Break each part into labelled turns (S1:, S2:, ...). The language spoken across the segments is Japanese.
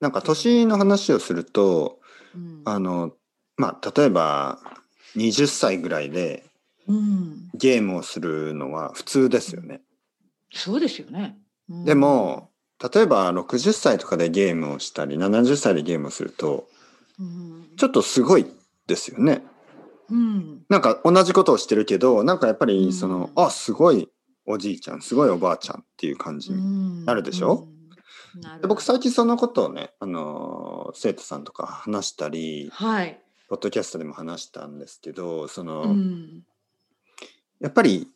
S1: なんか年の話をすると、
S2: うん
S1: あの、まあ、例えば20歳ぐらいで
S2: うん、
S1: ゲームをするのは普通ですよね。
S2: そうですよね。うん
S1: でも、、例えば60歳とかでゲームをしたり、70歳でゲームをすると、
S2: うん、
S1: ちょっとすごいですよね。
S2: うん、
S1: なんか同じことをしてるけど、なんかやっぱりその、
S2: うん
S1: あ、すごいおじいちゃん、すごいおばあちゃんっていう感じ。
S2: うん
S1: なるでしょ。
S2: うんなる
S1: で僕最近そのことをね、あのー生徒さんとか話したり、
S2: はい。
S1: ポッドキャストでも話したんですけど、その、
S2: うん、
S1: やっぱり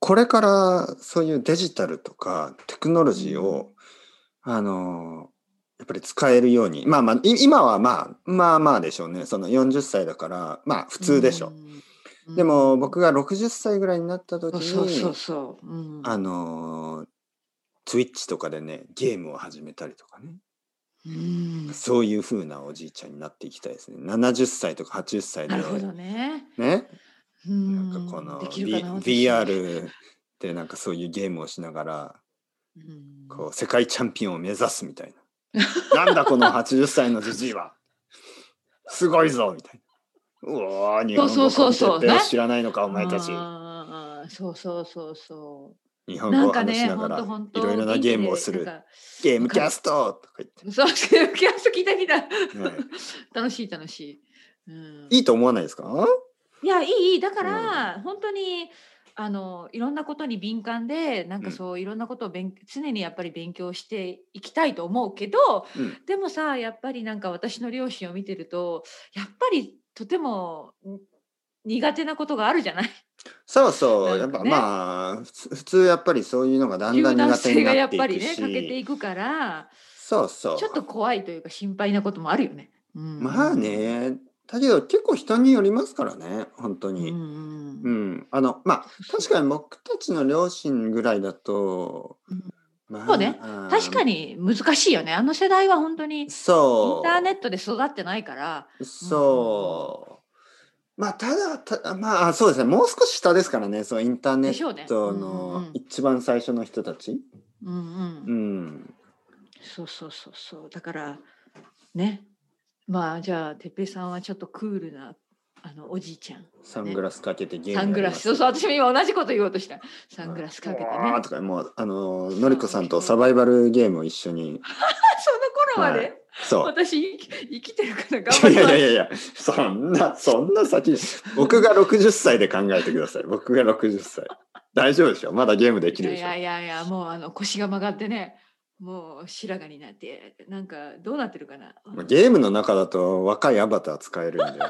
S1: これからそういうデジタルとかテクノロジーを、あのやっぱり使えるようにまあまあい今はまあまあまあでしょうねその40歳だからまあ普通でしょ、
S2: うん
S1: でも、僕が60歳ぐらいになった時
S2: うん
S1: に
S2: そうそうそう。うん、
S1: あのツイッチとかでねゲームを始めたりとかね
S2: うん、
S1: そういう風なおじいちゃんになっていきたいですね70歳とか80歳で
S2: なるほどね。
S1: ね
S2: うん、
S1: なんかこの
S2: でき
S1: V-
S2: るかな、私
S1: VR でなんかそういうゲームをしながら
S2: うん
S1: こう世界チャンピオンを目指すみたいな。なんだこの80歳のじじいはすごいぞみたいな。うおー日本
S2: そう
S1: 語
S2: そ
S1: コ
S2: う
S1: ン
S2: そう
S1: テ
S2: そう
S1: ンツ
S2: ね
S1: を知らないのかお前たち。
S2: あーそうそうそうそ
S1: 日
S2: う。
S1: 本
S2: な
S1: 語
S2: ん
S1: を
S2: か
S1: 話
S2: ね、
S1: しなが
S2: 本
S1: ら
S2: 当本当。
S1: いろいろなゲームをする
S2: 元
S1: ゲームキャストとか言
S2: 気で。なんかそう、 気が好きだきだ。
S1: って、ね
S2: 楽しい楽しい。うん、
S1: いいと思わないですか
S2: いやいいいいだから、本当にあのいろんなことに敏感でなん
S1: う
S2: か
S1: ん
S2: そう、いろんなことを勉常にやっぱり勉強していきたいと思うけど、
S1: うん
S2: でもさやっぱりなんか私の両親を見てるとやっぱりとてもん苦手なことがあるじゃない
S1: そうそう、
S2: な
S1: やっ
S2: んか
S1: ぱ
S2: ね
S1: まあふつ普通やっぱりそういうのがだんだん
S2: 柔軟
S1: 苦 手
S2: 性
S1: に
S2: が
S1: な
S2: や
S1: っ
S2: ってぱり
S1: いく
S2: ね欠けて
S1: し
S2: いくから
S1: そうそう
S2: ちょっと怖いというか心配なこともあるよね。うん
S1: まあ、ねだけど結構人によりますからね本当
S2: うん
S1: に。
S2: う
S1: う
S2: んうん
S1: ん、あのまあ
S2: そう
S1: 確かに僕たちの両親ぐらいだと、
S2: うん
S1: まあ
S2: そうね確か
S1: に
S2: に難しいよねあの世代は本当にイン
S1: そう
S2: ターネットで育ってないから。
S1: そうまあただたまあそうですねもう少し下ですからねそのインターネ
S2: でしょうね
S1: ット
S2: うん
S1: の
S2: うん
S1: 一番最初の人たち、
S2: うんうん
S1: う、ん、
S2: そうそうそうそうだからねまあじゃあ哲平さんはちょっとクールなあのおじいちゃん
S1: サングラスかけてゲーム
S2: サングラスそう
S1: う
S2: そう私も今同じこと言おうとしたサングラスかけてねその
S1: とかもうあののりこさんとサバイバルゲームを一緒に
S2: 頃はね、
S1: はいそう
S2: 私生き生きてるから頑
S1: いやい
S2: 張ります
S1: やいやいや、そんな、そんな先、僕が60歳で考えてください。僕が60歳。大丈夫でしょまだゲームできるで
S2: い
S1: しょ
S2: やいやいやもうあの腰が曲がってねもう白髪になってなんかどうなってるかな
S1: まあゲームの中だと若いアバター使える んで。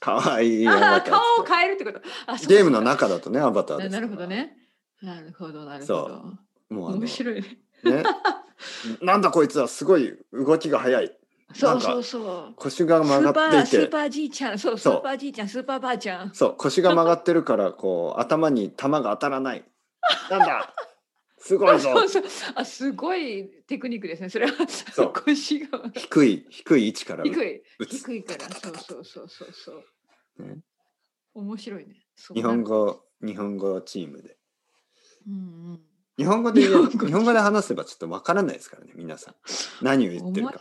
S1: かわいいア
S2: あ
S1: バ
S2: ー
S1: ター
S2: 顔を
S1: 使
S2: 変えるってことあ
S1: える。ゲームの中
S2: 中
S1: だとね、アバターです
S2: な
S1: から
S2: なるほど。ねなるほどなるほ
S1: そ
S2: ど
S1: もうあの、
S2: 面
S1: ね。
S2: 白いね
S1: なんだこいつはすごい動きが速い。
S2: そうそうそう
S1: 腰が曲がってい
S2: ス
S1: て
S2: ーパースー。パーじいちゃんそう
S1: そう
S2: スーパーじいちゃんスーパーばあちゃん
S1: そう、腰が曲がってるから、こう、頭に弾が当たらない。なんだすごいぞ
S2: そうそうあすごいテクニックですねそれは
S1: そう
S2: 腰が
S1: 低い、低い位置から打つ
S2: 低い
S1: 打つ。
S2: 低いからそうそうそうそうそう、
S1: ね
S2: 面白いねそう
S1: 日
S2: な
S1: 本
S2: る
S1: 語日本語チームで
S2: うん
S1: 日本語で言え
S2: 日
S1: ば
S2: 本語
S1: 日本語で話せばちょっとわからないですからね皆さん何を言ってるか、
S2: うん、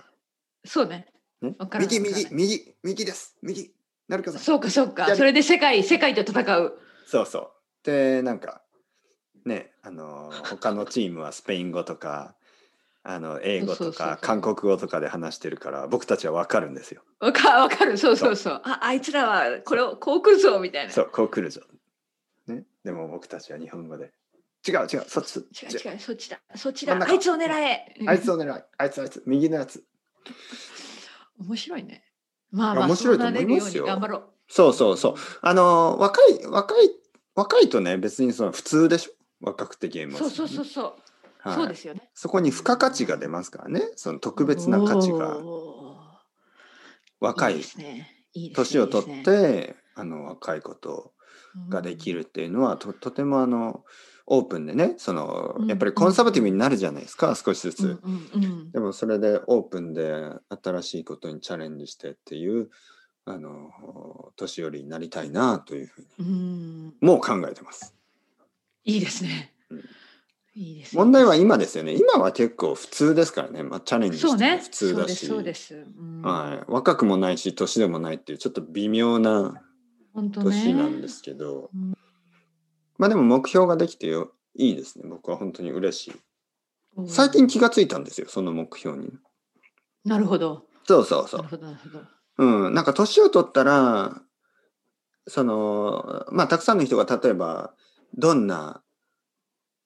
S2: そうね
S1: ね
S2: わ、からない
S1: 右
S2: わから
S1: 右
S2: ない
S1: 右右です右なるかさん
S2: そうかそうか
S1: 左
S2: それで世界世界と戦う
S1: そうそうでなんかねあのー他のチームはスペイン語とかあの英語
S2: そ
S1: と
S2: うそうそうそ
S1: か
S2: う
S1: 韓国語とかで話してるから僕たちはわかるんですよ
S2: わかわかるそうそうそうああいつらはこれをこう来るぞみたいな
S1: そうこう来るぞねでも僕たちは日本語で違う違うそっちそっち
S2: 違う違うそっちだそっち
S1: 真
S2: だ
S1: ん中
S2: あいつを狙え
S1: あいつお願いあいつあいつ右のやつ
S2: 面白いねまあ
S1: いや
S2: まあ
S1: 面白いと
S2: そうな
S1: 思
S2: れ
S1: いま
S2: るよう
S1: す
S2: に
S1: よ
S2: 頑張ろう
S1: そうそうそうあの若い若い若いとね別にその普通でしょ若くてゲームを
S2: そう
S1: す
S2: そう
S1: るね
S2: そうそう、
S1: はい
S2: そうですよね
S1: そこに付加価値が出ますからねその特別な価値が
S2: おー
S1: 若
S2: いい
S1: い
S2: ですねいいですね
S1: 年を取って
S2: いいですね
S1: あの若いことができるっていうのは、ととてもあのオープンでねその
S2: うん
S1: やっぱりコンサバティブになるじゃないですか、少しずつ、
S2: うんうんうん
S1: でもそれでオープンで新しいことにチャレンジしてっていうあの年寄りになりたいなというふうに
S2: うんうん
S1: もう考えてます。
S2: いいですね
S1: うん
S2: いいですよ
S1: 問題は今ですよね。今は結構普通ですからね。まあ、チャレンジし
S2: そう
S1: て
S2: ね
S1: も普通だし、
S2: そうですそうです、うん
S1: はい、若くもないし、年でもないっていう、ちょっと微妙な
S2: 本当ね
S1: 年なんですけど、
S2: うん
S1: まあでも目標ができてよいいですね。僕は本当に嬉しい。
S2: うん
S1: 最近気がついたんですよ、その目標に。
S2: なるほど
S1: そうそうそう
S2: なる。ほどなるほど
S1: うん、なんか年を取ったらそのまあたくさんの人が例えばどんな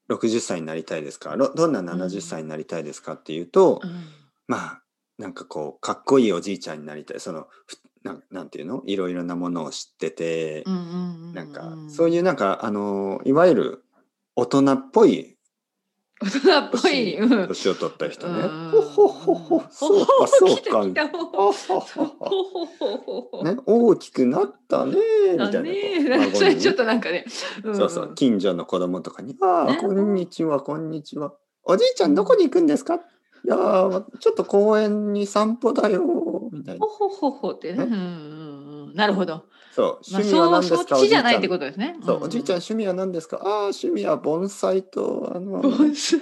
S1: 60歳になりたいですかろどんな70歳になりたいですかっていうと、
S2: うん
S1: まあなんかこうかっこいいおじいちゃんになりたいそのふななんていうのいろいろなものを知ってて、
S2: うんうんうん
S1: なんかそういううなんかあのいわゆる大人っぽい
S2: 大人っぽ
S1: 年,、
S2: いうん
S1: 年を取った人ね。
S2: うん
S1: ほほほほ そう
S2: ほほ
S1: かそうか
S2: 来た来た
S1: ほ ほほ
S2: ほほ
S1: ほ
S2: ほほほほ
S1: ね、大きくなったねみたいな
S2: だ
S1: こ
S2: ね
S1: う。孫にね
S2: それちょっとなんかね。ん
S1: そうそう近所の子供とかに「ああ
S2: ね
S1: こんにちはこんにちはおじいちゃんどこに行くんですか?」「いやーちょっと公園に散歩だよ」みたいな
S2: ほほほほってね。
S1: ね
S2: うんうんうんなるほど。
S1: そう
S2: まあ、
S1: 趣味は
S2: そう、
S1: 何で
S2: そ
S1: す
S2: っ
S1: か、
S2: ちじゃないって
S1: おじいちゃん
S2: ことですね。
S1: そうおじいちゃん趣味は何ですかああ趣味は盆栽とあの
S2: うんうん。盆栽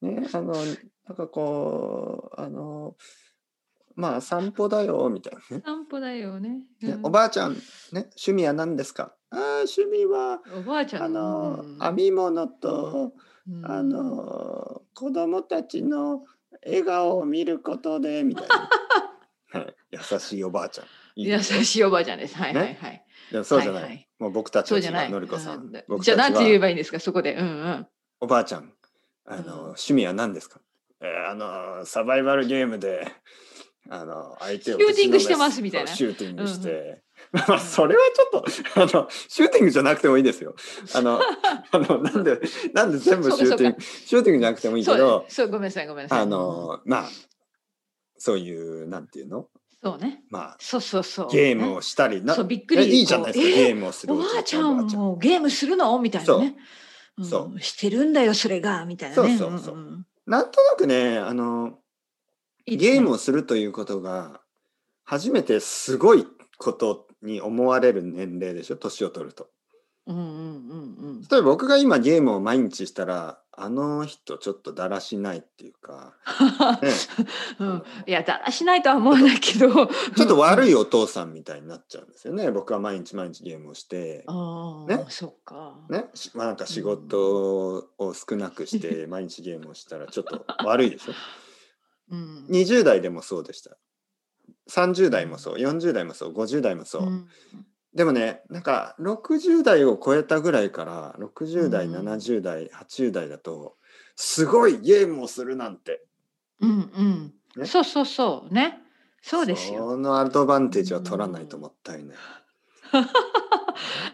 S1: ねあのなんかこうあのまあ散歩だよみたいなね
S2: 散歩だよね。
S1: ね
S2: うん
S1: おばあちゃん、ね、趣味は何ですかああ趣味は
S2: おばあちゃん。
S1: あの
S2: うん
S1: 編み物と
S2: うん
S1: あの子供たちの笑顔を見ることでみたい な、はい、優しいおばあちゃんいい
S2: 優しいおばあちゃんです。はい
S1: ね
S2: はいはい。
S1: でもそうじゃない、
S2: はいはい
S1: もう僕たち
S2: そう
S1: は
S2: じゃない。
S1: 違うのりこさ
S2: うんん
S1: 僕
S2: じゃあ、
S1: た
S2: な
S1: ち
S2: んて言え
S1: は
S2: ばいいんですか、そこで。うんうん。
S1: おばあちゃんあの、
S2: うん
S1: 趣味は何ですか、えーあのサバイバルゲームであの相手を
S2: シューティング
S1: ぶちのめ
S2: してますみたいな
S1: そうシューティングして、
S2: う
S1: まあそれはちょっとあのシューティングじゃなくてもいいですよあ のあのなんでなんで全部シューティングシューティングじゃなくてもいいけ
S2: そう
S1: ど、
S2: そう、ごめんなさい、ごめんなさい。
S1: あのまあそういうなんていうの
S2: うん、そうね。
S1: まあ
S2: そうそうそう。
S1: ゲームをしたりな、
S2: そう、びっく
S1: え
S2: り。
S1: いいじゃないですか、
S2: こうえー
S1: ゲームをする
S2: おばあちゃん
S1: ん
S2: もゲームするのみたいなね。
S1: そうそ
S2: んしてるんだよそれがみたいなね。
S1: そうそうそうん
S2: ん
S1: なんとなくねあの
S2: いいですね
S1: ゲームをするということが初めてすごいことに思われる年齢でしょ年を取ると
S2: うんうんうん
S1: 例えば僕が今ゲームを毎日したらあの人ちょっとだらしないっていう か、ね、
S2: うん。うんいやだらしないとは思わないけど。
S1: ちょっと
S2: い。
S1: 悪いお父さんみたいになっちゃうんですよね僕は毎日毎日ゲームをして
S2: ああ、
S1: ね
S2: そっか。
S1: ね、しまあ、なんか仕事を少なくして毎日ゲームをしたらちょっと悪いでしょ
S2: うん。
S1: 20代でもそうでした30代もそう40代もそう50代もそう、
S2: うん
S1: でもねなんか60代を超えたぐらいから60代
S2: うん
S1: 70代80代だとすごいゲームをするなんて
S2: うんう
S1: ね
S2: ん。そうそうそうね。そうですよ。
S1: そのアドバンテージは取らないともったいない、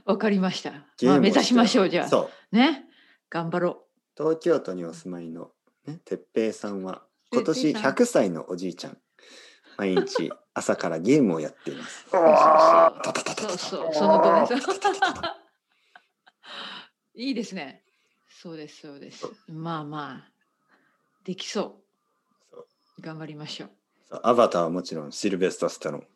S2: わかりました。
S1: ゲー
S2: ま
S1: ム
S2: あ
S1: を
S2: 目
S1: て
S2: 指しましょうじゃあ。
S1: そう
S2: ね。頑張ろ
S1: 東京都にお住まいの、ね、てっぺいさんは
S2: てっ
S1: 今
S2: ぺいさ
S1: 年
S2: ん
S1: 100歳のおじいちゃん毎 日朝からゲームをやっています。
S2: う。
S1: タタタタタ
S2: そう
S1: タ
S2: そう。 その通りです。
S1: タタタタタタ
S2: いいですね。そうです、そうです。まあまあ、できそ
S1: そう
S2: う。頑張りましょう。
S1: そうアバターはもちろんシルベスタ・スタローン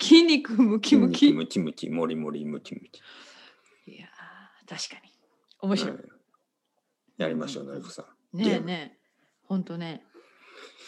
S2: 筋肉ムキムキ。い
S1: 筋肉ムキムキモリモリムキムキ、
S2: やー、確かに。面白
S1: う
S2: い。
S1: んやりましょうのりこさん。
S2: ねえねえ。ほんとね。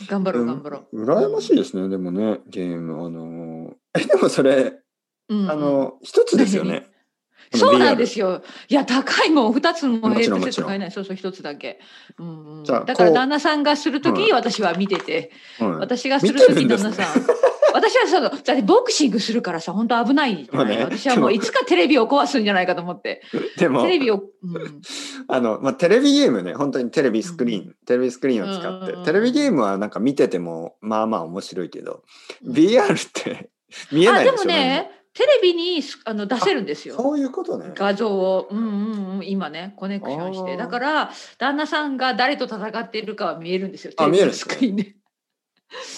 S2: 頑張ろう、頑張ろ
S1: うん羨ましいですねでもねゲームあのー えでもそれ
S2: う。うん、
S1: あの一つですよね。
S2: そうなんです
S1: よ。
S2: よ。いや、高いもん、二つも
S1: もち
S2: ヘ
S1: ろ
S2: ッ
S1: んも
S2: ドセ
S1: ち
S2: ッ
S1: ろん
S2: ト買えない。そうそう、一つだけ。うんうん、
S1: じゃあ
S2: だから
S1: こう
S2: 旦那さんがするとき、
S1: うん
S2: 私は見てて、
S1: はい
S2: 私がする
S1: 見て
S2: と
S1: る
S2: き、
S1: んで
S2: 旦
S1: すね
S2: 那さん。私はその、だってボクシングするからさ、本当危ないじゃ
S1: まあ
S2: ない、
S1: ね
S2: 私はもういつかテレビを壊すんじゃないかと思って。
S1: でも
S2: テレビを、 うん、
S1: あの、まあ、テレビゲームね本当にテレビスクリーン、
S2: う
S1: テレビスクリーンを使って、
S2: うん
S1: テレビゲームはなんか見ててもまあまあ面白いけど、
S2: うん
S1: VR って 見え
S2: あ
S1: ない
S2: で
S1: でし
S2: も
S1: ょ
S2: ね、テレビにすあの出せるんです
S1: 何も
S2: よ。
S1: そういうことね。
S2: 画像を、うんうんうん、今ね、コネクションし
S1: あー
S2: て。だから、旦那さんが誰と戦っているかは見えるんですよ。
S1: あ
S2: テレビ
S1: 見えるん
S2: の
S1: です
S2: ス
S1: ね
S2: クリーンで。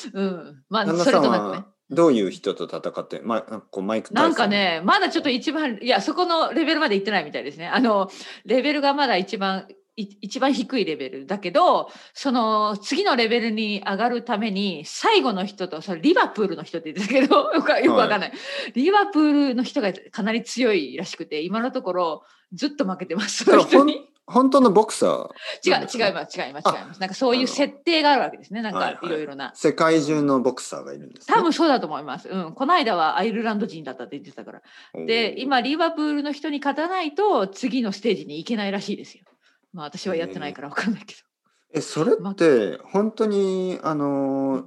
S2: うん。まあ、
S1: 旦那
S2: それ
S1: さん
S2: となくね
S1: は。どういう人と戦って、まあ、こうマイク・
S2: なんかね、まだちょっと一番、いや、そこのレベルまで行ってないみたいですね。あの、レベルがまだ一番、い一番低いレベルだけど、その次のレベルに上がるために、最後の人と、それリバプールの人って言うんですけど、 よくよくわかんない,、リバプールの人がかなり強いらしくて、今のところずっと負けてます、そ
S1: だか
S2: の
S1: ら
S2: 人に。
S1: 本当のボクサ
S2: 違う、
S1: なんですか
S2: 違います、違います、違います。なんかそういう設定があるわけですね。なん
S1: はい
S2: か
S1: はい
S2: いろいろな
S1: ー、。世界中のボクサーがいるんです、ね。
S2: 多分そうだと思います。うん。この間はアイルランド人だったって言ってたから。
S1: 分
S2: で、今、リバプールの人に勝たないと、次のステージに行けないらしいですよ。まあ、私はやってないから分かんないけ
S1: え、それって、本当に、あのー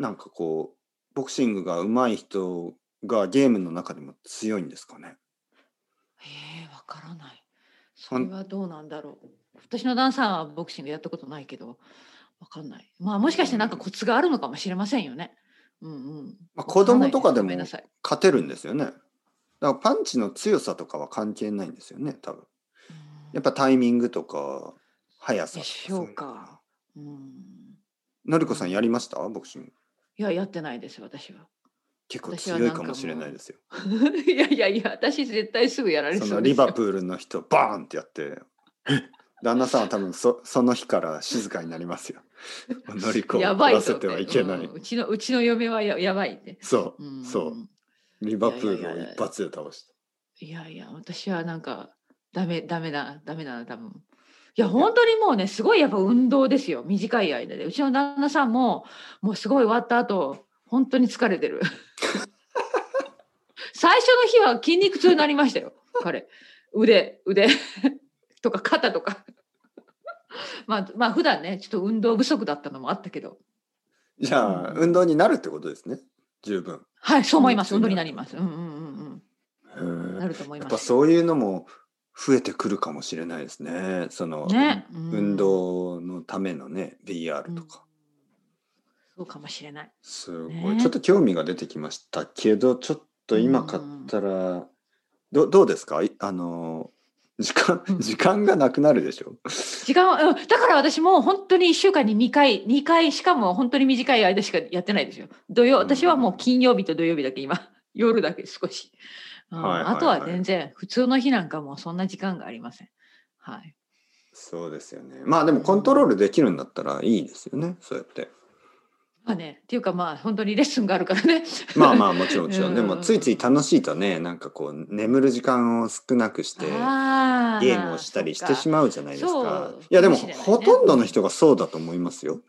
S1: なんかこう、ボクシングが上手い人がゲームの中でも強いんですかね。
S2: ど。へえ、分からない。そ
S1: ほん
S2: れはどうなんだろう。私のダンサーはボクシングやったことないけど、分かんない。まあ、もしかしてなんかコツがあるのかもしれませんよね。うんうん。
S1: まあ、子供とかで
S2: わ
S1: も
S2: んないすごめんなさい。
S1: 勝てるんですよね。だからパンチの強さとかは関係ないんですよね、多分。やっぱタイミングとか、速さとか
S2: でし
S1: そうい
S2: ょ
S1: ううのかな
S2: か。うん。
S1: のりこさんやりましたボクシング。
S2: いや、やってないです、私は。
S1: 結構
S2: 私は
S1: 強
S2: なん
S1: い
S2: か
S1: かもしれないですよ。
S2: いやいやいや、私絶対すぐやられ
S1: そ
S2: そう
S1: の
S2: で
S1: リ
S2: すよ
S1: バプールの人、バーンってやって、旦那さんは多分そその日から静かになります よ。のりこを
S2: や
S1: 取
S2: ばい
S1: ら
S2: ぞ
S1: せ
S2: って
S1: てはいけない。
S2: うんうちのうちの嫁はややばいって。
S1: そうう、
S2: ん
S1: そう。リバプールを一発で倒した。
S2: いやいや、私はなんかダメダメだダメだな多分。いや本当にもうねすごいやっぱ運動ですよ短い間でうちの旦那さんももうすごい終わった後本当に疲 れてる最初の日は筋肉痛になりましたよ彼腕腕 とか肩とか まあまあ普段ねちょっと運動不足だったのもあったけど
S1: じゃあ、
S2: うん
S1: 運動になるってことですね。十分。
S2: はいそう思います
S1: 筋
S2: 運動
S1: 肉痛
S2: に
S1: に
S2: な
S1: な
S2: り
S1: る
S2: ますうんうんうん
S1: へ
S2: うん
S1: ー
S2: なると思い
S1: やっ
S2: ま
S1: ぱ
S2: す
S1: そういうのも増えてくるかもしれないですね。その、
S2: ね、うん
S1: 運動のためのね、BR とか。
S2: うんそうかもしれない。
S1: すごい。
S2: ね
S1: ちょっと興味が出てきましたけど、ちょっと今買ったら、どどうですかいあの、時間
S2: う、ん
S1: 時間がなくなるでしょ
S2: 時間は、うん、だから私もう本当に1週間に2回、2回しかも本当に短い間しかやってないですよ。土曜、私はもう金曜日と土曜日だけ今、 夜だけ少し。うん
S1: はいはいはい
S2: あとは全然、普通の日なんかもうそんな時間がありません。はい。
S1: そうですよね。まあでもコントロールできるんだったらいいですよね。そうやって。
S2: まあね、っていうかまあ本当にレッスンがあるからね。
S1: まあ まあもちろんもちろ
S2: うん
S1: ん。でもついつい楽しいとね、なんかこう眠る時間を少なくして
S2: あ
S1: ゲームをしたりしてし
S2: ま
S1: まうじゃないです
S2: そう
S1: か
S2: か。
S1: いやでも
S2: そうかもしれないね
S1: ほとんどの人がそうだと思いますよ。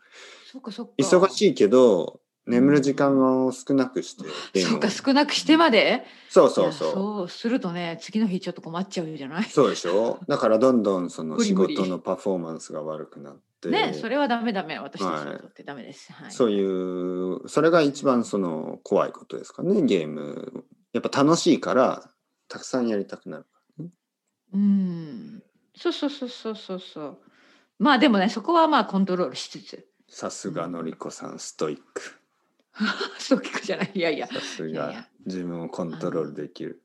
S2: そうか、そうか。
S1: 忙
S2: い。
S1: しいけど眠る時間を少なくしてゲー
S2: そ
S1: ム
S2: う
S1: を
S2: か、少なくしてまで。
S1: そうそう
S2: いや
S1: そう。
S2: そうするとね、次の日ちょっと困っちゃうじゃない
S1: そうでしょだからどんどんその
S2: 無理
S1: 仕
S2: 無理
S1: 事のパフォーマンスが悪くなって
S2: ね、それはダメダメ、私たち
S1: は
S2: に
S1: い
S2: とってダメです。はい。
S1: そういうそれが一番その怖いことですかねゲームやっぱ楽しいからたくさんやりたくなる
S2: うん。そうそうそうそうそうそう。まあでもね、そこはまあコントロールしつつ。
S1: さすがのりこさんストイック
S2: そう聞くじゃない。いやいや。
S1: さす
S2: いやい
S1: が
S2: や
S1: 自分をコントロールできる